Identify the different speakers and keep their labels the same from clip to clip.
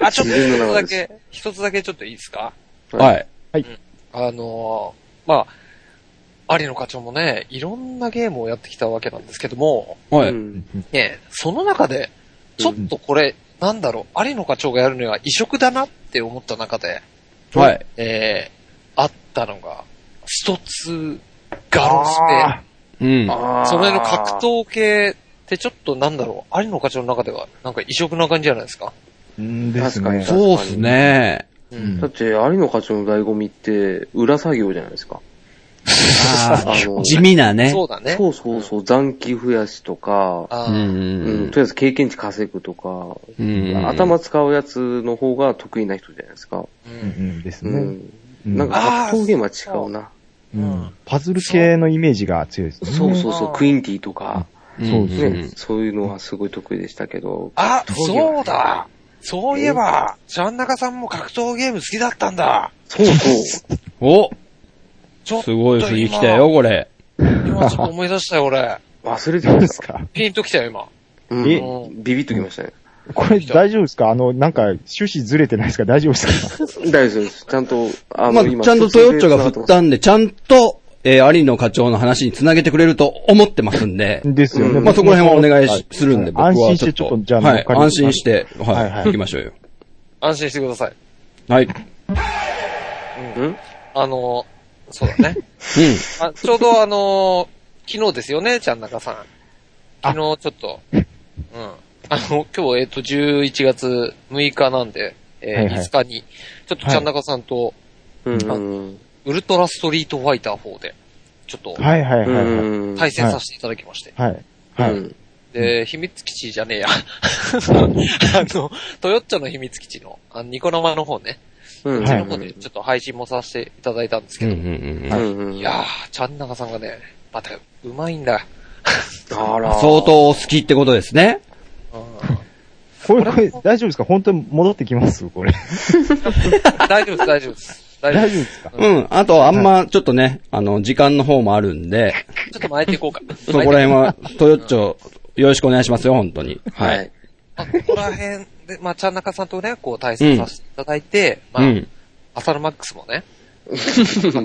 Speaker 1: あ、ちょっと一つだけ、一つだけちょっといいですか
Speaker 2: はい。
Speaker 1: あのーまあ、有野課長もね、いろんなゲームをやってきたわけなんですけども、
Speaker 2: は
Speaker 3: う
Speaker 2: い。
Speaker 3: ん
Speaker 1: ね、その中で、ちょっとこれ、なんだろう、有野課長がやるには異色だなって思った中で、
Speaker 2: はい。
Speaker 1: えー、あったのが、スト2ガロスペ。
Speaker 2: うん。
Speaker 1: その辺の格闘系ってちょっとなんだろう、有野課長の中ではなんか異色な感じじゃないですか。
Speaker 4: うんです
Speaker 3: 確かに
Speaker 4: ね。
Speaker 2: そうっすね。
Speaker 1: う
Speaker 4: うん
Speaker 3: だって、有野課長の醍醐味って、裏作業じゃないですか。
Speaker 2: あ
Speaker 3: あ
Speaker 2: ー
Speaker 3: の
Speaker 2: 地味なね。
Speaker 1: そうだね。
Speaker 3: そうそうそう、残機増やしとか、
Speaker 1: あー
Speaker 2: う
Speaker 3: うん
Speaker 2: ん
Speaker 3: とりあえず経験値稼ぐとか、
Speaker 2: うん。
Speaker 3: 頭使うやつの方が得意な人じゃないですか。
Speaker 1: う
Speaker 4: うん
Speaker 1: ん
Speaker 4: うんです
Speaker 3: う
Speaker 4: ね。
Speaker 3: ん。
Speaker 4: うん
Speaker 3: なんか
Speaker 1: あー
Speaker 3: 格闘ゲームは違うな。
Speaker 4: う
Speaker 1: うん
Speaker 4: んパズル系のイメージが強いですね。
Speaker 3: そうそうそうう、
Speaker 1: ん
Speaker 3: クインティとか、
Speaker 2: うん
Speaker 4: そうです
Speaker 3: ね、そういうのはすごい得意でしたけど。
Speaker 1: あ、
Speaker 3: 格闘ゲームは
Speaker 1: そうだそういえば、シャンナカさんも格闘ゲーム好きだったんだ
Speaker 3: そうそう。
Speaker 2: お
Speaker 1: ちょっと
Speaker 2: すごい冬来たよ、これ。
Speaker 1: 今ちょっと思い出したよ、 俺。
Speaker 3: 忘れて
Speaker 4: どう
Speaker 3: ま
Speaker 4: で
Speaker 3: し
Speaker 4: す
Speaker 3: た。
Speaker 4: か
Speaker 1: ピンときたよ、今。
Speaker 3: うん
Speaker 4: え
Speaker 3: ビビッときましたね。
Speaker 4: これ大丈夫ですかあの、なんか、趣旨ずれてないですか大丈夫ですか
Speaker 3: 大丈夫です。ちゃんと、あ
Speaker 2: まあ、ちゃんとトヨッチョが振っ。たんで、ちゃんと、えー、アリの課長の話につなげてくれると思ってますんで、
Speaker 4: ですよね。
Speaker 3: うん
Speaker 2: まあ、そこら辺はお願いし
Speaker 4: 僕も
Speaker 2: するんで、僕は
Speaker 4: 安
Speaker 2: ちょっと。
Speaker 4: 心して、ちょっと、じゃあ、乗
Speaker 2: は
Speaker 4: っ
Speaker 2: い、
Speaker 4: かり
Speaker 2: 安心し。て、
Speaker 4: は
Speaker 2: はいい、
Speaker 4: はい
Speaker 2: 行きましょうよ。
Speaker 1: 安心してください。
Speaker 2: はい。
Speaker 3: うん
Speaker 1: あのー、そうだ ね。
Speaker 2: う
Speaker 1: あちょうどあのー、昨日ですよね、ちゃんなかさん。
Speaker 4: あ
Speaker 1: 昨日ちょっと、うん。あの、今日、えっと、11月6日なんで、えー
Speaker 4: はいはい
Speaker 1: 5日に、ちょっとちゃんなかさんと、
Speaker 3: うん。
Speaker 1: あ
Speaker 3: うん
Speaker 1: ウルトラストリートファイター4で、ちょっと、
Speaker 4: はいはいは
Speaker 3: う
Speaker 4: いはい。
Speaker 3: ん。
Speaker 1: 対戦させていただきまして。
Speaker 4: はい。
Speaker 3: う
Speaker 4: はい。
Speaker 3: ん。
Speaker 1: で、秘密基地じゃねえや。 あの、トヨッチョの秘密基地の、あのニコ生の方ね、
Speaker 3: うん。
Speaker 1: うちの方
Speaker 3: う
Speaker 1: で
Speaker 3: ん
Speaker 1: ちょっと配信もさせていただいたんですけ
Speaker 2: ん。うん
Speaker 1: ど、
Speaker 2: うん
Speaker 3: う
Speaker 2: う
Speaker 3: ん
Speaker 2: ん。
Speaker 3: うん。
Speaker 1: いやー、ちゃんなかさんがね、また、うまいんだ。
Speaker 3: あら。
Speaker 2: 相当好きってことですね。
Speaker 1: うん
Speaker 4: これ、これ、大丈夫ですか本当に戻ってきますこれ。
Speaker 1: 大丈夫です、大丈夫です。大
Speaker 4: 大
Speaker 1: 丈夫です。
Speaker 4: 丈夫ですか
Speaker 2: うん。あと、あんま、ちょっとね、あの、時間の方もあるんで、
Speaker 1: ちょっと巻いていこうか。
Speaker 2: そこら辺は、トヨッチョ、よろしくお願いしますよ、本当に。は。
Speaker 3: はいい。
Speaker 1: あここら辺で、まあ、ちゃんなかさんとね、こう対戦させていただいて、
Speaker 2: う
Speaker 1: まあ、
Speaker 2: ん。
Speaker 1: アサルマックスもね、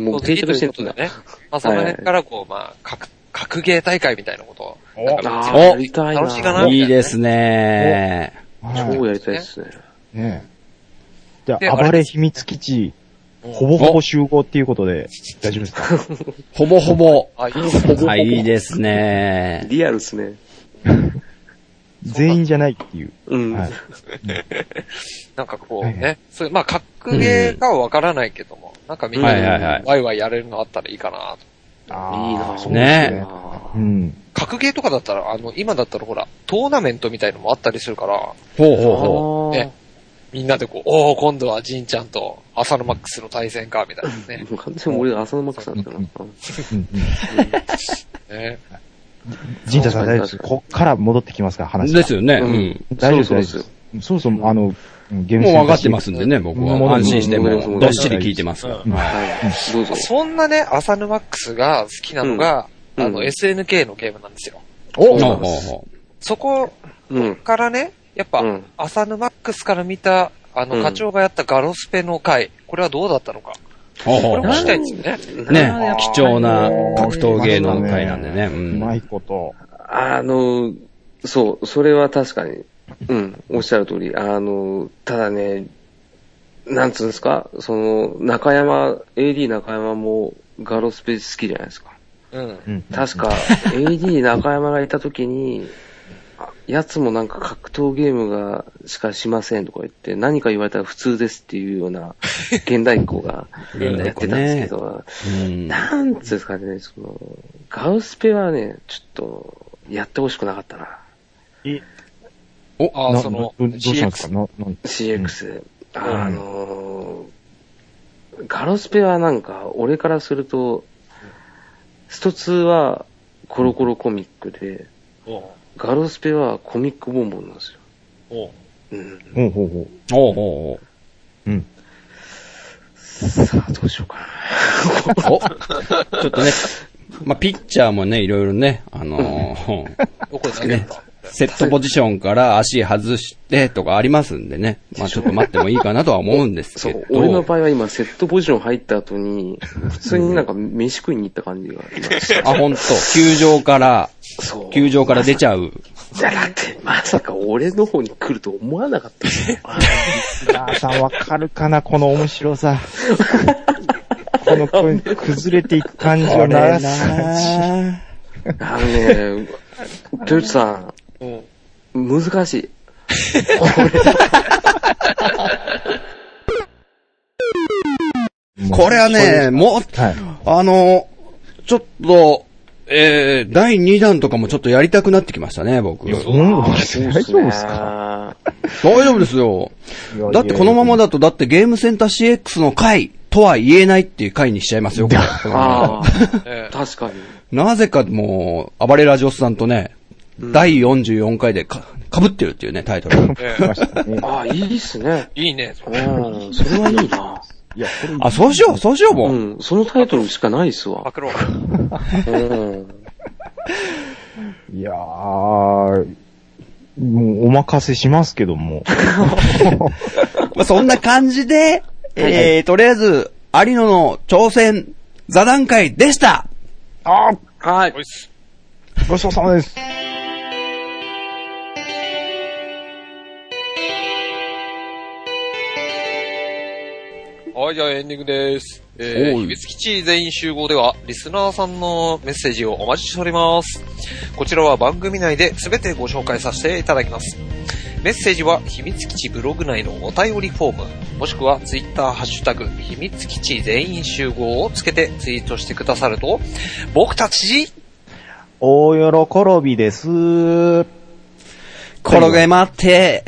Speaker 3: もう定着してる
Speaker 1: とい
Speaker 3: ん
Speaker 1: うこ
Speaker 3: だ
Speaker 1: と。でね。まあ、その辺からこう、まあ、格、格ゲー大会みたいなことを、なんか
Speaker 3: あ
Speaker 2: お
Speaker 3: ーやりたいな。
Speaker 1: 楽しいかな
Speaker 2: いいですね
Speaker 3: 超やりたいですね。
Speaker 4: ねえ。じ
Speaker 1: で
Speaker 4: ゃあ、
Speaker 1: あ
Speaker 4: 暴
Speaker 1: れ
Speaker 4: れ秘密基地、
Speaker 1: うん
Speaker 4: ほぼほぼ集合っていうことで、大丈夫ですか
Speaker 2: ほぼほぼ。
Speaker 1: あ、いいですね。
Speaker 2: はい、いいですね
Speaker 3: リアルっすね。
Speaker 4: 全員じゃないっていう。
Speaker 3: うん。
Speaker 4: はい。
Speaker 1: なんかこう
Speaker 4: はいは
Speaker 1: ね、そういう、まあ、格ゲーかはわからないけども、なんかみんな
Speaker 2: はいはいはい
Speaker 1: でワイワイやれるのあったらいいかなと。
Speaker 3: いいな
Speaker 4: そうです
Speaker 2: ね
Speaker 4: ね。うん。
Speaker 1: 格ゲーとかだったら、あの、今だったらほら、トーナメントみたいのもあったりするから、
Speaker 2: ほうほう
Speaker 3: あ
Speaker 2: ほ
Speaker 3: ー
Speaker 1: ねみんなでこう、おお今度はジンちゃんと浅野マックスの対戦か、みたいなね。
Speaker 3: 完全に俺が浅野マックスなんだな。
Speaker 4: うんうん。
Speaker 1: ね
Speaker 4: 神社さん大丈夫です。こっから戻ってきますから、
Speaker 2: う。
Speaker 4: 話が。
Speaker 2: ですよね。
Speaker 3: う
Speaker 2: うんん。
Speaker 4: 大丈夫です、大
Speaker 3: そうそう
Speaker 4: 丈夫です。そもそも、あの、ゲーム
Speaker 2: もう分かって
Speaker 4: センター
Speaker 2: ますんでね、僕は
Speaker 4: も。う
Speaker 2: 安心して、
Speaker 3: もう
Speaker 2: もう、どっしり聞いてますから。
Speaker 3: はい。どうぞ。
Speaker 1: そんなね、浅野マックスが好きなのが、
Speaker 3: うん
Speaker 1: あ
Speaker 3: う
Speaker 1: の、
Speaker 3: ん
Speaker 1: SNK のゲームなんですよ。
Speaker 2: お
Speaker 3: そう
Speaker 2: ほう
Speaker 3: なんです
Speaker 2: ほ
Speaker 1: そこ
Speaker 3: うん。
Speaker 1: からね、やっぱ、
Speaker 3: うん
Speaker 1: 浅野マックスから見た、あ
Speaker 3: う
Speaker 1: の、
Speaker 3: ん
Speaker 1: 課長がやったガロスペの回、これはどうだったのか。
Speaker 2: うほうほ
Speaker 1: こ
Speaker 2: う
Speaker 1: れも
Speaker 2: ほ
Speaker 1: 聞きたいですよね。
Speaker 2: う。ね、貴重な
Speaker 4: おー
Speaker 2: 格闘芸の回なんでね。う。
Speaker 4: うんまいこと。
Speaker 3: あの、そう、それは確かに、うん、おっしゃる通り、あの、ただね、なんつうんですか、その、中山、AD 中山もガロスペ好きじゃないですか。
Speaker 1: うん。
Speaker 4: うん
Speaker 3: 確か、AD 中山がいた時に、あやつもなんか格闘ゲームがしかしませんとか言って、何か言われたら普通ですっていうような、現代っ子がや
Speaker 2: 現代
Speaker 3: っ
Speaker 2: っ子
Speaker 3: て
Speaker 2: ね
Speaker 3: たんですけど、
Speaker 2: うん
Speaker 3: なんつうんですかね、その、ガウスペはね、ちょっと、やってほしくなかったな。
Speaker 1: あ
Speaker 4: な
Speaker 1: あ、その、
Speaker 4: どどうしたんですか
Speaker 1: CX。
Speaker 4: なな
Speaker 3: CX。あのーガロスペはなんか、俺からすると、スト2はコロコロコミックで、
Speaker 1: おう
Speaker 3: ガロスペはコミックボンボンなんですよ。
Speaker 1: おう
Speaker 3: うん。
Speaker 4: ほうほうほ
Speaker 2: ほうほう
Speaker 4: う。うん。
Speaker 3: さあ、どうしようか
Speaker 2: ほう。おちょっとね、まあ、ピッチャーもね、いろいろね、あのー、
Speaker 1: どこで投げる
Speaker 2: ね
Speaker 1: か。、
Speaker 2: セットポジションから足外してとかありますんでね。まあちょっと待ってもいいかなとは思うんです
Speaker 3: そ
Speaker 2: け
Speaker 3: う、
Speaker 2: ど。
Speaker 3: 俺の場合は今、セットポジション入った後 に、普通になんか飯食いに行った感じが今した。
Speaker 2: あ、ほんと。球場から、
Speaker 3: そう。
Speaker 2: 球場から出ちゃう。
Speaker 3: いや、だって、まさか俺の方に来ると思わなかったよ。
Speaker 4: 皆さんわかるかなこの面白さ。 このこう崩れていく感じをなさ
Speaker 3: あのね、トヨタさ
Speaker 1: うん。
Speaker 3: ん、難しい。
Speaker 2: これはね、もう、
Speaker 4: はい。
Speaker 2: あの、ちょっと、えー、第2弾とかもちょっとやりたくなってきましたね、僕。大
Speaker 4: うん、大
Speaker 3: です
Speaker 4: 丈
Speaker 3: ね
Speaker 4: 夫ですか
Speaker 2: 丈夫ですよ。だってこのまま
Speaker 4: だ。
Speaker 2: だと、だってゲームセンター CX の回とは言えないっていう回にしちゃいますよ、これ
Speaker 3: ああ、
Speaker 1: ええ。
Speaker 3: 確かに。
Speaker 2: なぜかもう、暴れラジオスさんとね、第44回でか、被ってるっていうね、タイトル
Speaker 1: え
Speaker 4: いましたね
Speaker 3: ああ、いいっすね。
Speaker 1: えいいね。
Speaker 3: うん、それはいいな。
Speaker 4: いや、これ
Speaker 2: あ、そうしよう、そうしよう、もう。
Speaker 3: うん、そのタイトルしかないっす
Speaker 1: パ
Speaker 3: わ。
Speaker 1: クロ
Speaker 3: うん。
Speaker 4: いやー、もうお任せしますけども。
Speaker 2: まあ、そんな感じで、えー、とりあえず、有野の挑戦、座談会でした
Speaker 4: あ
Speaker 3: はい
Speaker 1: おい。っす。
Speaker 4: ー、 ごちそうさまです。
Speaker 1: はい、じゃあエンディングです。え
Speaker 2: お
Speaker 1: ー、
Speaker 2: い
Speaker 1: 秘密基地全員集合では、リスナーさんのメッセージをお待ちしております。こちらは番組内で全てご紹介させていただきます。メッセージは、秘密基地ブログ内のお便りフォーム、もしくはツイッターハッシュタグ、秘密基地全員集合をつけてツイートしてくださると、僕たち
Speaker 4: 大喜びです。
Speaker 2: 転げ回って、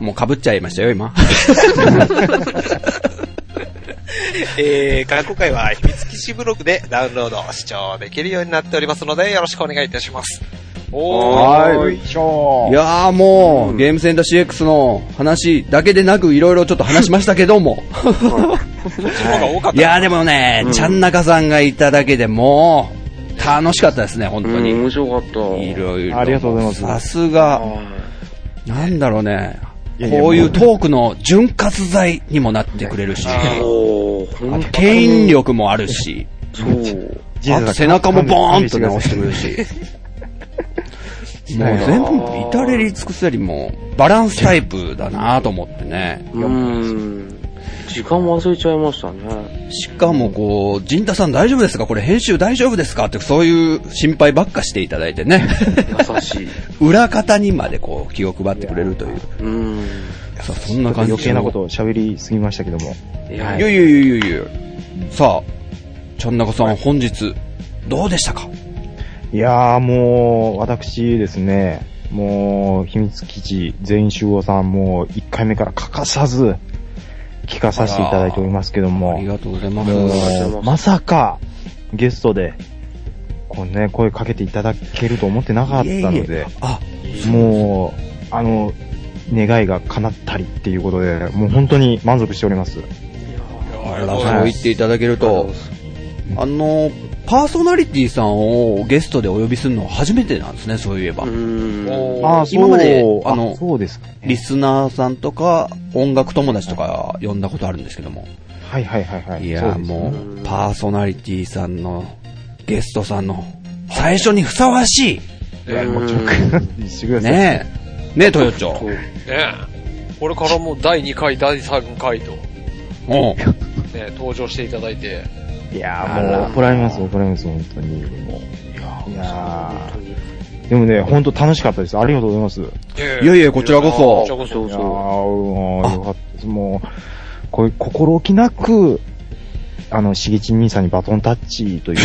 Speaker 2: もう被っちゃいましたよ、今。
Speaker 1: えー、過去回は秘密基地ブログでダウンロード、視聴できるようになっておりますので、よろしくお願いいたします。おー、
Speaker 2: は
Speaker 4: よいしょ
Speaker 2: いやーもう、ゲームセンター CX の話だけでなく、いろいろちょっと話しましたけど も。
Speaker 1: こっちの方が多かっ
Speaker 2: い
Speaker 1: た。
Speaker 2: やーでもね、ちゃんなかさんがいただけでもう、楽しかったですね、本
Speaker 3: う
Speaker 2: 当
Speaker 3: ん、
Speaker 2: に。
Speaker 3: 面白かった。
Speaker 2: いろいろ。
Speaker 4: ありがとうございます
Speaker 2: さすが、
Speaker 3: は
Speaker 2: なんだろうね。
Speaker 4: いやいや
Speaker 2: こういうトークの潤滑剤にもなってくれる
Speaker 3: い。
Speaker 2: し、
Speaker 3: おー、ほんと
Speaker 2: 牽引力もあるし、
Speaker 3: そう。
Speaker 2: あと背中もボーンとね、押してくれ
Speaker 4: る。
Speaker 2: る し。もう全部、至れり尽くせりもう、バランスタイプだなと思ってね。
Speaker 3: うん。時間忘れちゃいましたね。
Speaker 2: しかもこう、陣太さん大丈夫ですかこれ編集大丈夫ですかってそういう心配ばっかしていただいて ね。
Speaker 3: 優しい。
Speaker 2: 裏方にまでこう気を配ってくれるという。
Speaker 3: うん。
Speaker 2: さあそんな感じの
Speaker 4: 余計なことを喋りすぎましたけども。
Speaker 3: い
Speaker 2: い
Speaker 3: や
Speaker 2: やいやいやいやいやさあ、ちゃんなかさん本日、どうでしたか
Speaker 4: いやーもう、私ですね、もう、秘密基地全員集合さん、もう、1回目から欠かさず、聞かさせていただいておりますけど
Speaker 2: あ
Speaker 4: も
Speaker 2: り、がとうございます。
Speaker 4: も、
Speaker 3: ありがとうございうま
Speaker 4: まさか、ゲストで、こうね、声かけていただけると思ってなかった
Speaker 2: いえ
Speaker 4: の
Speaker 2: いえ
Speaker 4: で、
Speaker 2: あ、
Speaker 4: もう、あの、願いが叶ったりっていうことで、もう本当に満足しております。
Speaker 2: あ
Speaker 1: あ
Speaker 2: り
Speaker 1: り
Speaker 2: が
Speaker 1: がとう
Speaker 2: とうご
Speaker 1: ご
Speaker 2: ざ
Speaker 1: ざいます
Speaker 2: います。そう言っていただけると、あの、パーソナリティさんをゲストでお呼びするのは初めてなんですね、そういえば
Speaker 3: う。ん。
Speaker 1: おー
Speaker 4: ああ、
Speaker 2: 今まで
Speaker 4: そう、
Speaker 2: あの
Speaker 4: そうですか、
Speaker 2: リスナーさんとか、音楽友達とか呼んだことあるんですけども。
Speaker 4: はいはいはいはい。
Speaker 2: い
Speaker 4: そう
Speaker 2: や、
Speaker 4: です
Speaker 2: もう、パーソナリティさんの、ゲストさんの、最初にふさわし
Speaker 4: いや、もう直感 してくだ
Speaker 2: い。
Speaker 4: さい。
Speaker 2: ねえ。ねえ、豊町。
Speaker 3: そう
Speaker 1: ねえ。これからもう第2回、第3回と、
Speaker 2: うん。
Speaker 1: ね、登場していただいて、
Speaker 4: いや
Speaker 2: あ
Speaker 4: ー
Speaker 2: ら
Speaker 4: もう怒られます、怒られます、本当に。もういやーでもね、本当楽しかったです。ありがとうございます。
Speaker 1: いや
Speaker 2: いやいやこちらこそ
Speaker 1: こちらこ
Speaker 3: そ
Speaker 1: そ。
Speaker 3: う
Speaker 4: いや
Speaker 3: そ
Speaker 4: ーもうよかったです。もう、こういう心置きなく、あの、しげち兄さんにバトンタッチという。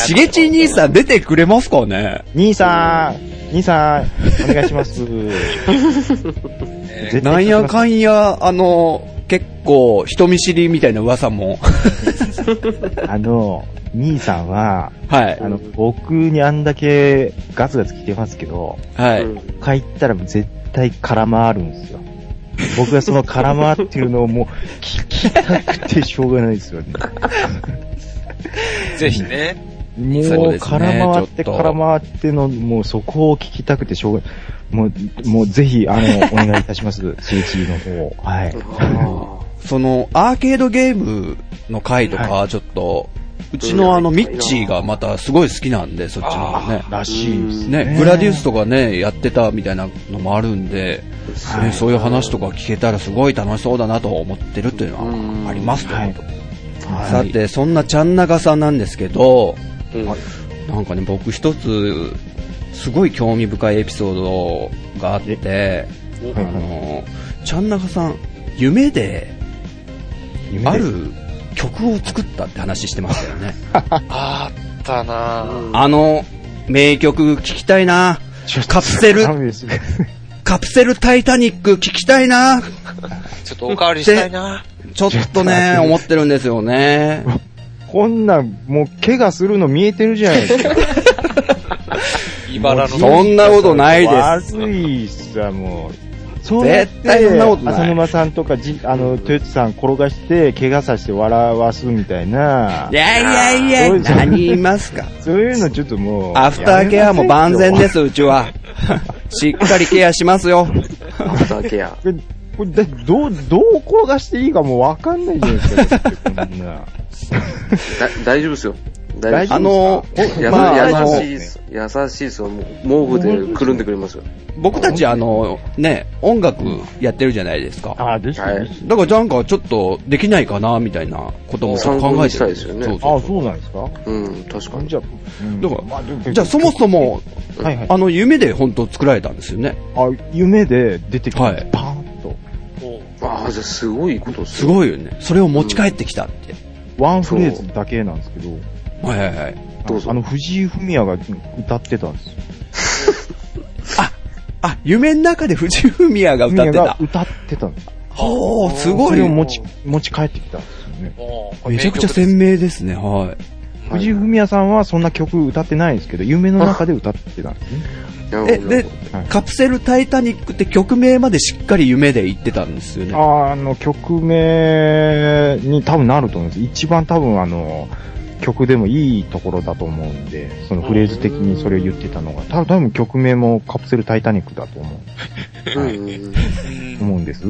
Speaker 2: しげち兄さん出てくれますかね
Speaker 4: 兄さん兄さんお願い します。絶対
Speaker 2: なんやかんや、あの、結構、人見知りみたいな噂も。
Speaker 4: あの、兄さんは、
Speaker 2: はい
Speaker 4: あ。の、僕にあんだけガツガツ来てますけど、
Speaker 2: は
Speaker 3: う。
Speaker 2: い。
Speaker 3: うん
Speaker 4: 他行ったら絶対空回るんですよ。僕がその空回っていうのをもう聞きたくてしょうがないですよね。
Speaker 1: ぜひね。
Speaker 4: もう
Speaker 2: そうですね
Speaker 4: 空回
Speaker 2: ち
Speaker 4: って
Speaker 2: ょっと
Speaker 4: 空回っての、もうそこを聞きたくてしょうが、もう、もうぜひ、あの、お願いいたします。CH の方を。はい。
Speaker 2: その、アーケードゲームの回とか、ちょっと、うちのあの、ミッチーがまたすごい好きなんで、そっちの方ね。
Speaker 4: らしいですね。
Speaker 2: ね、グラディウスとかね、やってたみたいなのもあるんで、
Speaker 4: はい
Speaker 2: ね、そういう話とか聞けたらすごい楽しそうだなと思ってるっていうの
Speaker 3: うん
Speaker 2: はありますと、
Speaker 4: はい
Speaker 2: さて、そんなちゃんなかさんなんですけど、
Speaker 3: うん
Speaker 2: なんかね、僕一つ、すごい興味深いエピソードがあって、あ
Speaker 4: はい
Speaker 2: の、ちゃんなかさん、夢で、
Speaker 4: 夢
Speaker 2: あ
Speaker 4: で
Speaker 2: る
Speaker 4: す
Speaker 2: 曲を作ったって話してましたよね。
Speaker 1: あったなぁ。
Speaker 2: あの、名曲聞きたいなカプセル
Speaker 4: ダメですね。
Speaker 2: カプセルタイタニック聞きたいな
Speaker 1: ちょっとおかわりしたいな
Speaker 2: ちょっと ね、思ってるんですよね。
Speaker 4: こんなん、もう、怪我するの見えてるじゃないですか。
Speaker 1: 茨の。
Speaker 2: そんなこと ないです。
Speaker 4: 悪いっすわ、もう。そ
Speaker 2: 絶対そんなことない
Speaker 4: 浅沼さんとか、じ、あの、豊地さん転がして、怪我させて笑わすみたいな。
Speaker 2: いやいやいや、
Speaker 4: そうです
Speaker 2: 何言います か。
Speaker 4: そういうのちょっともう。。
Speaker 2: アフターケアも万全ですす、うち は。しっかりケアしますよ。
Speaker 3: アフターケア。
Speaker 4: これこれだどう、どう転がしていいかもうわかんないじゃないですか。こん な
Speaker 3: だ大丈夫ですよ。大丈
Speaker 4: 大丈
Speaker 2: あの
Speaker 3: 夫です。、
Speaker 4: 夫
Speaker 3: や
Speaker 2: ま
Speaker 4: あ
Speaker 3: さ
Speaker 2: あの
Speaker 3: 優、しいです。優しいですよ。もう毛布でくるんでくれますよ。
Speaker 2: 僕たちあの、ね、音楽やってるじゃないですか。
Speaker 4: あ、です
Speaker 3: は
Speaker 4: ね
Speaker 3: い。
Speaker 2: だからなんかちょっとできないかな、みたいなこともちょっと考えてるん
Speaker 3: 参考にしたいですよね
Speaker 2: そうそ
Speaker 4: あ、
Speaker 2: うそう
Speaker 4: そうなんですか
Speaker 3: うん、確かに。
Speaker 4: じゃあ、うん
Speaker 2: だから
Speaker 4: まあでも
Speaker 2: じゃあそもそも、
Speaker 4: はいはい。
Speaker 2: あの、夢で本当作られたんですよね。
Speaker 4: あ、夢で出てきたんです
Speaker 2: はい
Speaker 4: パーンと。
Speaker 3: ああ、じゃあすごいことです
Speaker 2: す
Speaker 3: よ。
Speaker 2: ごいよね。それを持ち帰ってきたって。
Speaker 4: ワンフレーズだけなんですけど、
Speaker 2: はいはいはい。
Speaker 3: どうぞ
Speaker 4: あの、藤井フミヤが歌ってたんですよ。
Speaker 2: あ、夢の中で藤井フミヤが歌って
Speaker 4: フミヤが
Speaker 2: た。
Speaker 4: 歌ってたんです。
Speaker 2: ほー、すご
Speaker 4: そ
Speaker 2: い
Speaker 4: れを。持ち、持ち帰ってきたんですよね。
Speaker 1: もう
Speaker 2: めちゃくちゃ鮮明ですね、はい。
Speaker 4: 藤井フミヤさんはそんな曲歌ってないんですけど、夢の中で歌ってたんですね。
Speaker 3: なるほど
Speaker 2: え、
Speaker 3: なる
Speaker 2: で
Speaker 3: ほど、
Speaker 2: カプセルタイタニックって曲名までしっかり夢で言ってたんですよね。
Speaker 4: あーあの、曲名に多分なると思うんです。一番多分あの、曲でもいいところだと思うんで、そのフレーズ的にそれを言ってたのが、多分多分曲名もカプセルタイタニックだと思う。はい
Speaker 3: うんうんうん
Speaker 4: 思うんです。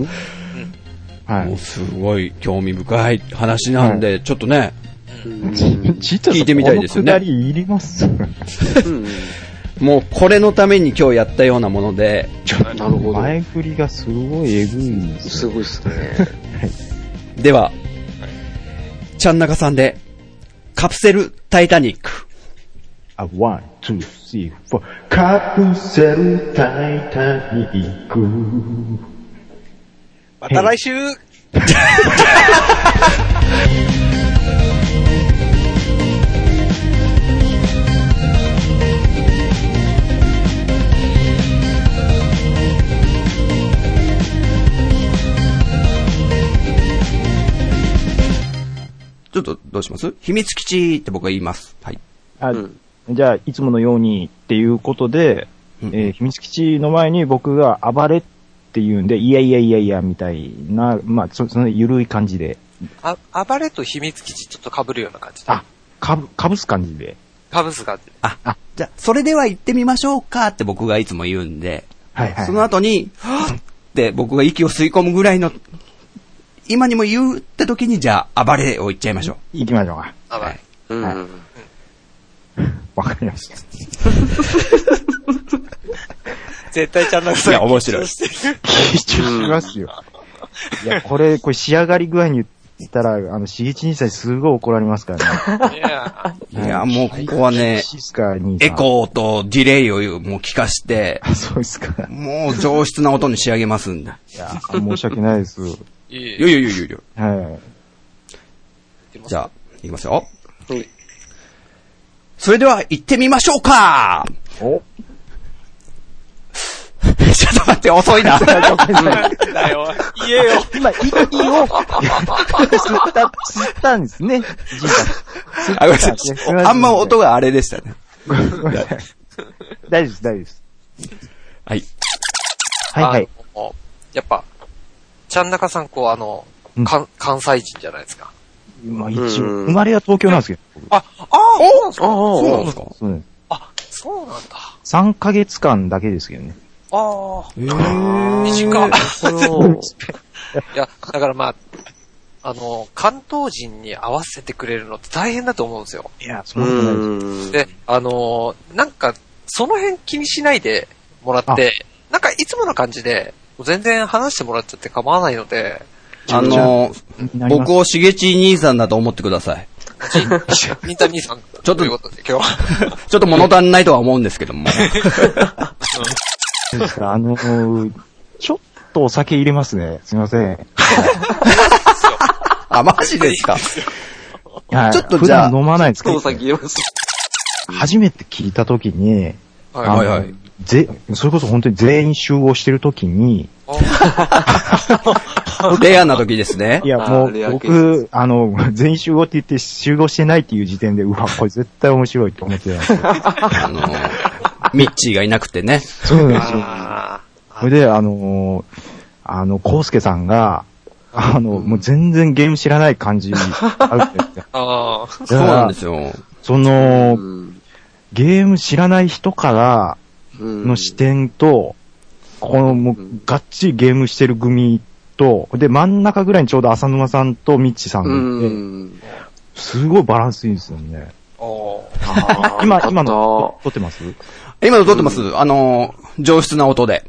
Speaker 4: は
Speaker 2: もう
Speaker 4: い。
Speaker 2: すごい興味深い話なんで、ちょっとね、
Speaker 4: ちっちゃ
Speaker 2: 聞いてみたいですよね
Speaker 4: このくだりいります
Speaker 3: うん
Speaker 2: もうこれのために今日やったようなもので、
Speaker 3: なるほど。
Speaker 4: 前振りがすごいエグいんです
Speaker 3: す
Speaker 4: よ。
Speaker 3: ごいっすね。
Speaker 2: では、ちゃんなかさんで、カプセルタイタニック。
Speaker 4: あ、ワン、ツー、スリー、フォー。カプセルタイタニック。
Speaker 1: また来週
Speaker 2: ちょっとどうします秘密基地って僕は言います。はい。
Speaker 4: あ
Speaker 3: うん
Speaker 4: じゃあ、いつものようにっていうことで、
Speaker 2: うん
Speaker 4: えー秘密基地の前に僕が暴れって言うんで、いやいやいやいや、みたいな、まあ、そその緩い感じで、
Speaker 1: あ、暴れと秘密基地ちょっと被るような感じで。
Speaker 4: あ、かぶ、かぶす感じで。
Speaker 1: 被す感じ。
Speaker 2: あ、じゃあ、それでは行ってみましょうかって僕がいつも言うんで、
Speaker 4: はいはい。
Speaker 2: その後 に、はぁって僕が息を吸い込むぐらいの、今にも言うって時に、じゃあ、暴れを言っちゃいましょ
Speaker 4: 行きましょうか。
Speaker 1: 暴れ。
Speaker 3: うん
Speaker 4: はいわかりました。
Speaker 1: 絶対ちゃんなさん。
Speaker 2: いや面白い
Speaker 1: 緊張してる
Speaker 4: 緊張しますよ。いや、これ、これ仕上がり具合に言ったら、あの、しげち兄さんにすごい怒られますからね。
Speaker 1: いや
Speaker 2: う。いや、もうここはね、
Speaker 4: シスカ兄さん。
Speaker 2: エコーとディレイをもう聞かして、
Speaker 4: ー。そうですか。
Speaker 2: もう上質な音に仕上げますんで。
Speaker 4: いや、申し訳ないです。はい
Speaker 1: い
Speaker 2: よいよよいよよ。
Speaker 4: い。
Speaker 2: じゃあ、行きますよ。
Speaker 3: はい
Speaker 2: それでは行ってみましょうか
Speaker 4: お
Speaker 2: ちょっと待って、遅 いな。
Speaker 1: だよ。言えよ。
Speaker 4: 今、息を吸った、吸ったんで すね。じいさん。
Speaker 2: あごめんなさいあんま音があれでしたね。
Speaker 4: ごめんなさい。大丈夫です、大丈夫です。
Speaker 2: はい。
Speaker 4: はいはい。
Speaker 1: あの。やっぱ、ちゃんなかさん、こう、あの
Speaker 4: うん、
Speaker 1: 関関西人じゃないですか。
Speaker 4: まあ一応、
Speaker 3: うん
Speaker 4: 生まれは東京なんですけど、
Speaker 1: あ、ああ、そうなんです
Speaker 3: あ
Speaker 1: か
Speaker 3: あ、
Speaker 2: そ
Speaker 1: あ、そうな
Speaker 3: ああ
Speaker 2: うなんですか
Speaker 4: そうです
Speaker 1: んだ。
Speaker 4: 3ヶ月間だけですけどね。
Speaker 1: ああ。
Speaker 2: えー
Speaker 1: 短っ。
Speaker 3: そう
Speaker 1: いや、だからまあ、あの、関東人に合わせてくれるのって大変だと思うんですよ。
Speaker 4: いや、そんなことないです。
Speaker 3: うん。
Speaker 1: で、あの、なんか、その辺気にしないでもらって、なんかいつもの感じで、全然話してもらっちゃって構わないので、
Speaker 2: あの、僕
Speaker 4: を、
Speaker 2: をしげち兄さんだと思ってください。
Speaker 1: ミンタミンさん、ち
Speaker 2: ょっと
Speaker 1: いうことで今日は。
Speaker 2: ちょっと物足んないとは思うんですけど も。
Speaker 4: ですからあのー、ちょっとお酒入れますね。すいません。
Speaker 2: あ、マジです か。
Speaker 4: はい。
Speaker 2: ちょっとじゃあ
Speaker 4: 普段飲まないんですけ
Speaker 3: そう
Speaker 4: ど
Speaker 3: さ、っき言いまし
Speaker 4: 初めて聞いたときに、
Speaker 1: はい
Speaker 4: あの
Speaker 2: はいはい
Speaker 4: ぜ、それこそ本当に全員集合してるときに、
Speaker 2: レアな時ですね
Speaker 4: い。や、
Speaker 3: あー
Speaker 4: もう
Speaker 3: レア、ケー
Speaker 4: 僕、あの、 全員集合って言って、集合してないっていう時点で、うわ、これ絶対面白いと思ってたんですよ。
Speaker 2: あの、ミッチーがいなくてね。
Speaker 4: そうなんですよ。
Speaker 1: あー
Speaker 4: それで、あのーあの、コウスケさんが、あの、もう全然ゲーム知らない感じあるんですよ
Speaker 1: あー。
Speaker 2: そうなんですよ。
Speaker 4: そ
Speaker 3: た。
Speaker 4: の、
Speaker 3: ん。
Speaker 4: ゲーム知らない人からの視点と、この、もう
Speaker 3: うん、
Speaker 4: がっちりゲームしてる組と、で、真ん中ぐらいにちょうど浅沼さんとミッチさん
Speaker 3: う
Speaker 4: がいて、
Speaker 3: ん。
Speaker 4: すごいバランスいいですよね。
Speaker 1: おー
Speaker 3: あー
Speaker 4: 今、
Speaker 3: よ
Speaker 4: 今
Speaker 3: かった
Speaker 4: の、撮ってます
Speaker 2: 今の撮ってます。あの、上質な音で。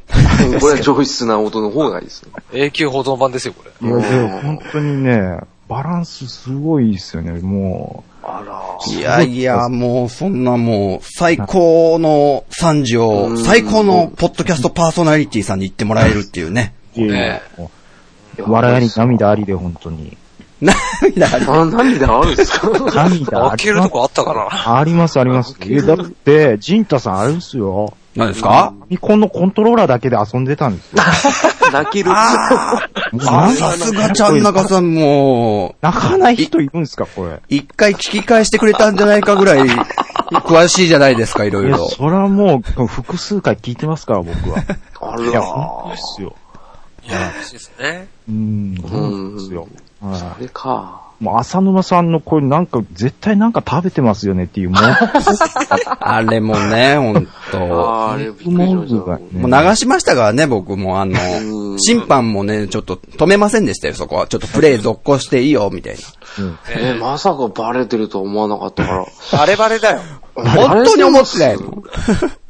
Speaker 3: これは上質な音の方がいいですね。
Speaker 1: 永久保存版ですよ、これ。
Speaker 4: いや、でも本当にね、バランスすごいですよね、も
Speaker 3: あら。
Speaker 2: いやいや、もう、そんなもう、最高の惨事を、最高のポッドキャストパーソナリティさんに言ってもらえるっていうね。
Speaker 4: う。いやいや
Speaker 1: ね
Speaker 4: もう笑いに涙ありで、本当に。
Speaker 2: 涙あり
Speaker 3: あ、涙あるんです か
Speaker 4: 涙あ
Speaker 1: 開
Speaker 4: り。
Speaker 1: けるとこあったかな
Speaker 4: あります、あります。え、だって、ジンタさんあれですよ。
Speaker 2: 何ですか
Speaker 4: ファミコンのコントローラーだけで遊んでたんですよ。
Speaker 3: 泣ける。
Speaker 2: あ
Speaker 4: もう
Speaker 2: あ
Speaker 4: なん
Speaker 2: さ
Speaker 4: か
Speaker 2: すがちゃん中さんも
Speaker 4: 泣かない人いるんですか、これ。
Speaker 2: う、一回聞き返してくれたんじゃないかぐらい、詳しいじゃないですか、いろい
Speaker 4: いや、
Speaker 2: ろ。
Speaker 4: そらもう、複数回聞いてますから、僕は。
Speaker 3: あ
Speaker 4: いや、本当ですよ。
Speaker 1: いや、嬉しいですね。
Speaker 4: うん、そうですよ。は
Speaker 3: あれか。
Speaker 4: い。もう、浅沼さんのこれなんか、絶対なんか食べてますよねっていう、 もう、
Speaker 2: あれもね、ほんと。
Speaker 3: あーあれ、びっくりしました。
Speaker 2: もう流しましたからね、僕もあの
Speaker 3: う、ん
Speaker 2: 審判もね、ちょっと止めませんでしたよ、そこは。ちょっとプレイ続行していいよ、みたい
Speaker 4: うん
Speaker 3: えー、まさかバレてるとは思わなかったから。
Speaker 1: バレバレだよ。
Speaker 2: な。本当に思ってないの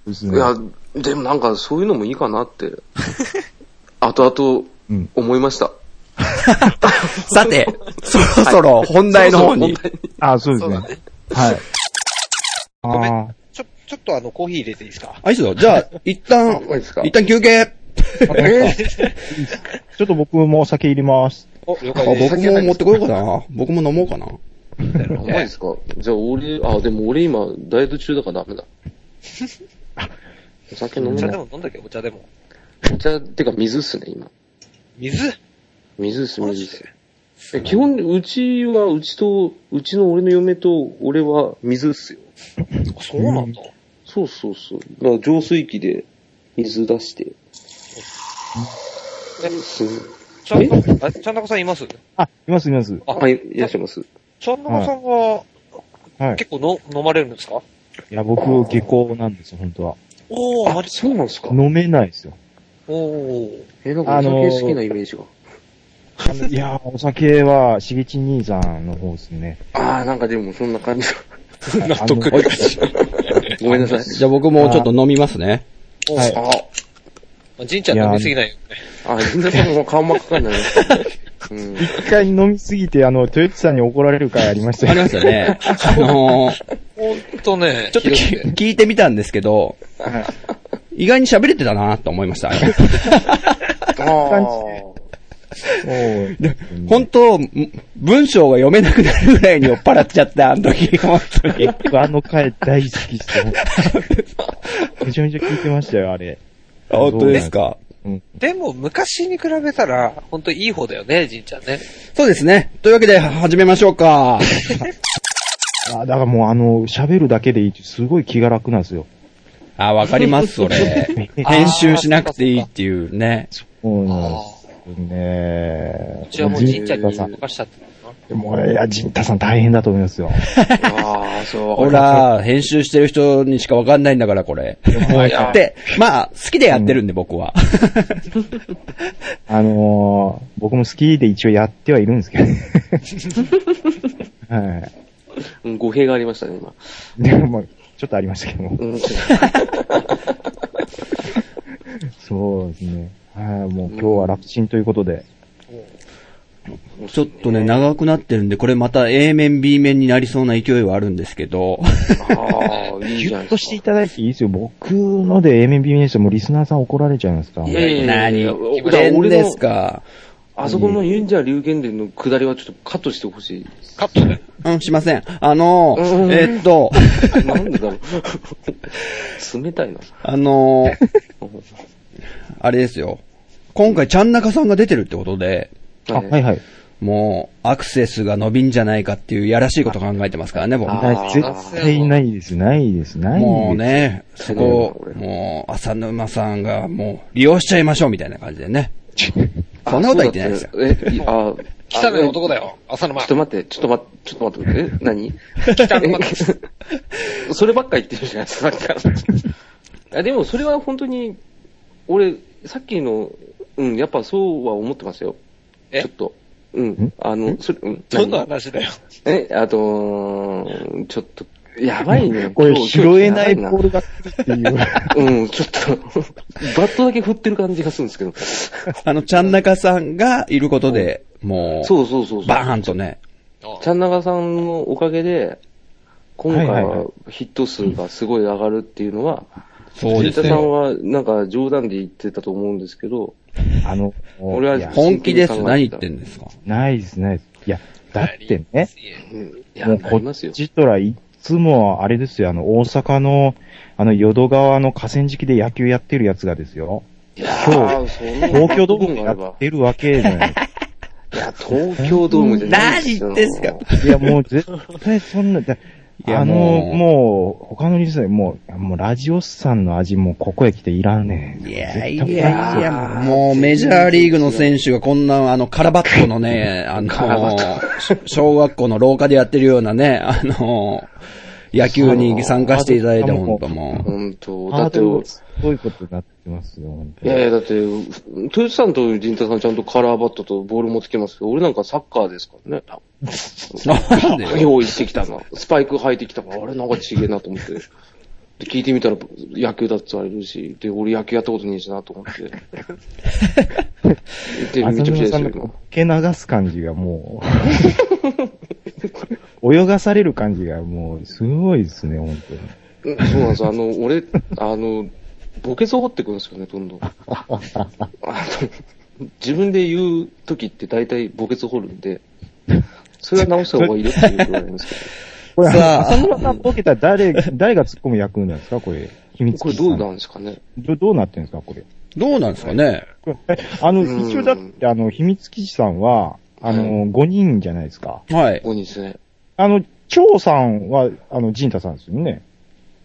Speaker 4: です
Speaker 3: い
Speaker 4: ね。
Speaker 3: や、でもなんかそういうのもいいかな って、後々
Speaker 4: うん
Speaker 3: 思いました。
Speaker 2: さて、 そろそろ本題の方に
Speaker 3: そ。ろそろ本題
Speaker 4: あ、そうですね。はい。
Speaker 1: ごめん
Speaker 4: あ
Speaker 1: ちょ、ちょっとあの、コーヒー入れていいですか
Speaker 2: あ、いいっすよ。じゃあ、一旦
Speaker 3: いいですか、
Speaker 2: 一旦休憩。
Speaker 4: ーちょっと僕もお酒入れます。
Speaker 1: お、了
Speaker 2: あ
Speaker 1: 解です。
Speaker 2: 僕も持ってこようかな。僕も飲もうかな。
Speaker 3: うまいですかじゃあ俺、あ、でも俺今、ダイエット中だからダメだ。 お酒飲
Speaker 1: お
Speaker 3: め
Speaker 1: 茶
Speaker 3: な
Speaker 1: で
Speaker 3: い。
Speaker 1: も飲んだけど、お茶でも。
Speaker 3: お茶、てか水っすね、今。
Speaker 1: 水
Speaker 3: 水っす、
Speaker 1: マ
Speaker 3: 水
Speaker 1: ジ
Speaker 3: っ。
Speaker 1: です
Speaker 3: え基本、うちは、うちと、うちの俺の嫁と、俺は水っすよ。
Speaker 1: そうなんだ。
Speaker 3: そうそうそう。まあ、浄水器で水出して。す
Speaker 1: ちゃんなこ、あちゃんなこさんいます
Speaker 4: あ、いますいます。
Speaker 1: あ
Speaker 3: はい、いらっしゃいます。
Speaker 1: ちゃんなこさんは、
Speaker 4: はい。
Speaker 1: 結構の、飲まれるんですか
Speaker 4: いや、僕、下校なんですよ、本当は。
Speaker 1: おお、マジ
Speaker 3: そうなんですか
Speaker 4: 飲めないですよ。
Speaker 1: おお。
Speaker 3: え、なんかお
Speaker 4: あの
Speaker 3: 酒
Speaker 4: ー
Speaker 3: 好きなイメージが。
Speaker 4: あのいやー、お酒は、しげち兄さんの方ですね。
Speaker 3: ああ、なんかでもそんな感 じが。
Speaker 4: 納得
Speaker 3: はいごめんなさい。
Speaker 2: じゃあ僕もちょっと飲みますね。
Speaker 4: はい
Speaker 3: あ
Speaker 1: まあ、じんちゃん飲みすぎないよね。
Speaker 3: あ、全然もう顔真っ赤にな りました。うん。
Speaker 4: 一回飲みすぎて、あの、トヨッチさんに怒られる回ありました
Speaker 2: ありました ね。あのー、
Speaker 1: ほんとね、
Speaker 2: ちょっと
Speaker 1: ひ
Speaker 2: き
Speaker 1: どくて
Speaker 2: 聞いてみたんですけど、意外に喋れてたなと思いました。
Speaker 3: あ
Speaker 4: ね。
Speaker 2: 本当、ん文章が読めなくなるぐらいに酔っ払っちゃった、あの時。本当に。
Speaker 4: 僕、あの回大好きですよ。めちゃめちゃ聞いてましたよ、あれ。
Speaker 2: 本当ですか。
Speaker 1: でも、昔に比べたら、ほんといい方だよね、じんちゃんね。
Speaker 2: そうですね。というわけで、始めましょうか。
Speaker 4: あだからもう、あの、喋るだけでいいって、すごい気が楽なんですよ。
Speaker 2: あ、わかります、それ。編集しなくていいっていうね。
Speaker 4: そうなんですね。
Speaker 1: うちはもうじんちゃんに任しちゃったからな。
Speaker 4: でも、いや、ジンタさん大変だと思いますよ。
Speaker 3: ああ、そう。
Speaker 2: ほら、編集してる人にしかわかんないんだから、これ。
Speaker 3: いや
Speaker 2: で、まあ、好きでやってるんで、僕は。
Speaker 4: あのー、僕も好きで一応やってはいるんですけどね。 はい。
Speaker 3: うん語弊がありましたね、今。
Speaker 4: でも、まあちょっとありましたけども。
Speaker 3: うん
Speaker 4: そうですね。はい、もう今日は楽チンということで。
Speaker 2: ちょっとね、長くなってるんで、これまた A 面、B 面になりそうな勢いはあるんですけど。
Speaker 3: ああ、いい
Speaker 4: ギ
Speaker 3: じ
Speaker 4: ュ
Speaker 3: ゃない
Speaker 4: ッ
Speaker 3: で
Speaker 4: として
Speaker 3: す
Speaker 4: いただいていいですよ。僕ので A 面 B 面でしたらもうリスナーさん怒られちゃいますから。
Speaker 3: いやいやいやいや
Speaker 2: 何言ってんですか。
Speaker 3: か。あそこのユンジャー流言伝の下りはちょっとカットしてほし い。
Speaker 1: カットね。
Speaker 2: うん、しません。あの、
Speaker 3: うん
Speaker 2: えっと、
Speaker 3: なんでだろう。冷たいな。
Speaker 2: あの、あれですよ。今回、ちゃん中さんが出てるってことで、
Speaker 4: あ、はいはい。
Speaker 2: もう、アクセスが伸びんじゃないかっていう、やらしいこと考えてますからね、僕。
Speaker 3: あー
Speaker 4: 絶対ないです、ないです、ないです。
Speaker 2: もうね、そこ
Speaker 3: そうなのこれ、
Speaker 2: もう、浅沼さんが、もう、利用しちゃいましょうみたいな感じでね。そんなことは言ってないですよ
Speaker 3: あ。そうだったえ、いあ、
Speaker 1: 汚い男
Speaker 3: だ。
Speaker 1: だよ、浅
Speaker 3: ちょ
Speaker 1: 沼
Speaker 3: っ。と待って、ちょっと待って、ちょっと待って、え、何
Speaker 1: 汚い男です。
Speaker 3: そればっか言ってるじゃないですか、さっきから。あでも、それは本当に、俺、さっきの、うん、やっぱそうは思ってますよ。
Speaker 1: え
Speaker 3: ちょっと。うん、あの、それ、うん、
Speaker 1: どんな話だよ。
Speaker 3: え、あとー、ちょっと、やばい ね。
Speaker 4: これ
Speaker 3: 今日
Speaker 4: 拾えないボ
Speaker 3: 今
Speaker 4: ー
Speaker 3: 日
Speaker 4: ルが来るっていう。
Speaker 3: うん、ちょっと、 バットだけ振ってる感じがするん ですけど。
Speaker 2: あの、ちゃん中さんがいることで、もう、
Speaker 3: そうそうそうそう。
Speaker 2: バーンとね。
Speaker 3: ちゃんながさんのおかげで、今回
Speaker 4: はいはいは
Speaker 3: はヒット数がすごい上がるっていうのは、
Speaker 2: そうで
Speaker 3: 藤
Speaker 2: す
Speaker 3: 田さん
Speaker 2: よ。
Speaker 3: はなんか冗談で言ってたと思うんですけど、
Speaker 4: あの、
Speaker 3: 俺はい
Speaker 4: や
Speaker 2: 本気です。何言ってんですか
Speaker 4: ないです、ないです。いや、だってね、
Speaker 3: うん、いや、
Speaker 4: もう
Speaker 3: な
Speaker 4: こ
Speaker 3: りま
Speaker 4: っ
Speaker 3: すよ。
Speaker 4: ちとらいつもあれですよ、あの、大阪の、あの、淀川の河川敷で野球やってるやつがですよ、
Speaker 3: いやー、そんな
Speaker 4: 東京ドーム
Speaker 3: 部
Speaker 4: で
Speaker 3: 分
Speaker 4: や
Speaker 3: があれば。
Speaker 4: ってるわけじゃない。
Speaker 3: いや、東京ドームじゃない
Speaker 2: 何言ってんすか
Speaker 4: いや、もう絶対そんな、だ
Speaker 2: いや
Speaker 4: あの、
Speaker 2: もう
Speaker 4: もう、他のリスナー、もう、もうラジオスさんの味もうここへ来ていらんね
Speaker 2: いやい
Speaker 4: 絶
Speaker 2: や
Speaker 4: 対
Speaker 2: い
Speaker 3: い
Speaker 2: や、
Speaker 3: や
Speaker 2: もうメジャーリーグの選手がこんな、あの、カラバットの ね、あ
Speaker 3: カラバ
Speaker 2: の、 小学校の廊下でやってるようなね、あの、野球に参加していただいて、
Speaker 4: そう
Speaker 2: 本当も
Speaker 3: 本当、だ
Speaker 4: ハー
Speaker 3: って、
Speaker 4: ドルが
Speaker 3: い
Speaker 4: すごいことになってますよ、本当に
Speaker 3: やいや、だって、豊田さんと陣太さんちゃんとカラーバットとボール持ってきますけど、俺なんかサッカーですからね。
Speaker 2: う。 なんでよ
Speaker 3: 用意してきたな。スパイク履いてきたから、あれなんかちげえなと思って。で、聞いてみたら野球だって言われるし、で、俺野球やったことねえしなと思って。 で、めちゃくちゃです
Speaker 4: さん
Speaker 3: よ
Speaker 4: のこう受け流す感じがもう、 泳がされる感じがもう、すごいですね、本当に。
Speaker 3: うんそうなんです。あの、俺、あの、ボケそう掘ってくるんですよね、どんどん。あの自分で言う時って大体ボケそう掘るんで、それは直した方がいいよって言われるんですけ
Speaker 4: これ、
Speaker 2: さあ
Speaker 4: 浅村さんボケたら誰、 誰が突っ込む役なんですかこれ、秘
Speaker 3: ど、
Speaker 4: 密
Speaker 3: これ
Speaker 4: 基地
Speaker 3: ど
Speaker 4: さ
Speaker 3: うんなんですかね。
Speaker 4: どどうなってるんですかこれ。
Speaker 2: どうなんですかね
Speaker 4: えあの、
Speaker 3: うん
Speaker 4: 一応だって、あの、秘密基地さんは、あの、5人じゃないですか。
Speaker 2: はい。
Speaker 3: ここにですね。
Speaker 4: あの、蝶さんは、あの、陣太さんですよね。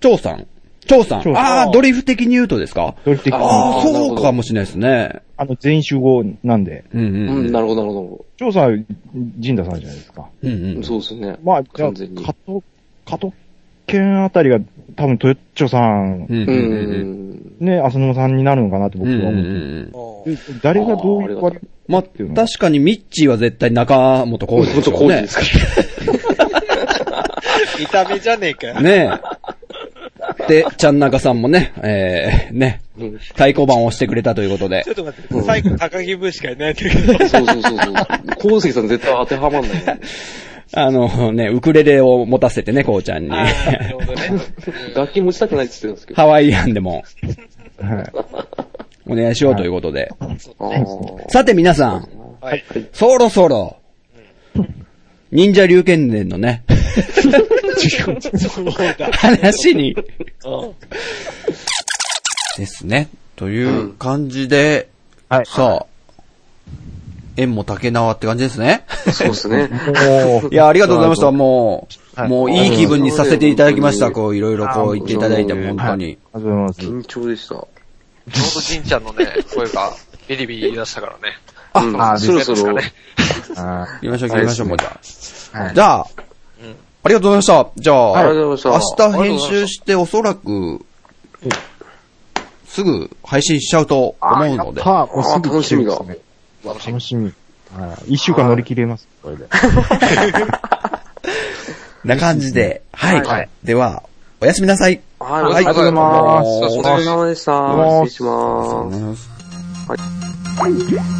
Speaker 2: 蝶さん。蝶さん。
Speaker 4: 張さん
Speaker 2: ああ、ドリフ的に言うとですか
Speaker 4: ドリフ的に。
Speaker 2: ああ、
Speaker 3: あーなる
Speaker 2: そ
Speaker 3: ほ
Speaker 2: う
Speaker 3: ど
Speaker 2: かもしれないですね。
Speaker 4: あの、全員集合なんで。
Speaker 2: うんう
Speaker 3: うん、
Speaker 2: うんん。
Speaker 3: なるほど、なるほ
Speaker 4: 蝶さんは陣太さんじゃないですか。
Speaker 2: うんう
Speaker 3: ど。
Speaker 2: ん。
Speaker 3: そうですね。
Speaker 4: まあ、じゃあ、
Speaker 3: 完全に
Speaker 4: 加藤、加藤健あたりが、多分、豊蝶さん、
Speaker 2: うん
Speaker 3: う
Speaker 2: うんうんうん。
Speaker 3: ん。
Speaker 4: ね、浅沼さんになるのかなって
Speaker 2: うん
Speaker 4: 僕
Speaker 2: うん
Speaker 4: は
Speaker 2: うんう
Speaker 4: 思って。
Speaker 2: ん。
Speaker 1: うん
Speaker 4: 誰が
Speaker 3: あ
Speaker 4: どう
Speaker 3: ーあ
Speaker 4: い
Speaker 3: りが
Speaker 4: う
Speaker 3: たい
Speaker 4: 割
Speaker 2: まあ、確かにミッチーは絶対中本浩二です
Speaker 3: 元工事で
Speaker 2: よね
Speaker 3: す。か
Speaker 1: 見た目じゃねえかよ。
Speaker 2: ねえ。で、ちゃん中さんもね、えー、ね、
Speaker 3: うん
Speaker 2: 太鼓判を押してくれたということで
Speaker 1: ちょ。っと待って、最後高木分しかいないんだけど。
Speaker 3: そうそうそうそう。コウスケさん絶対当てはまんないよね。
Speaker 2: あのね、ウクレレを持たせてね、こうちゃんに。
Speaker 1: あーなるほどね。
Speaker 3: 楽器持ちたくないって言ってるんですけど。
Speaker 2: ハワイアンでも
Speaker 4: り、はい、
Speaker 2: お願いしようということで。
Speaker 3: あー
Speaker 2: さて皆さん、
Speaker 1: はい。
Speaker 2: そろそろ、忍者龍剣伝のね、
Speaker 1: そうだ。
Speaker 2: 話に、
Speaker 1: うん
Speaker 2: ですね。という感じで、
Speaker 4: はい
Speaker 2: さあ、縁も竹縄って感じですね。
Speaker 3: そうですね。
Speaker 4: もう
Speaker 2: いや、ありがとうございました。もう、
Speaker 4: はい
Speaker 2: もういい気分にさせていただきまし
Speaker 3: あ
Speaker 2: た。
Speaker 3: りがと
Speaker 2: こう、いろいろこう言っていただいて、本当に。
Speaker 4: ありがとうございます。
Speaker 3: 緊張でした。
Speaker 1: ちょうどじんちゃんのね、声がビリビリ言い出したからね。
Speaker 3: うん
Speaker 4: あ
Speaker 3: そろそ
Speaker 1: ですか
Speaker 3: ろ、
Speaker 1: ね。
Speaker 4: あ
Speaker 2: 行きましょう行きましょう、もうじゃあ。
Speaker 4: はい
Speaker 2: じゃあ、ありがとうございました。じゃあ、
Speaker 3: ありがとうございました。
Speaker 2: 明日編集しておそらく、すぐ配信しちゃうと思うので。
Speaker 4: あ、もうすぐ
Speaker 3: 楽しみだ
Speaker 4: 来てるんですね楽しみ。はい一週間乗り切れます、これで。
Speaker 2: な感じで、はい。
Speaker 3: はい
Speaker 2: では、おやすみなさい。
Speaker 3: はい
Speaker 2: ありがとうござい
Speaker 4: ます
Speaker 3: お疲れ様でした。
Speaker 2: どうも
Speaker 3: 失礼します。
Speaker 2: ます。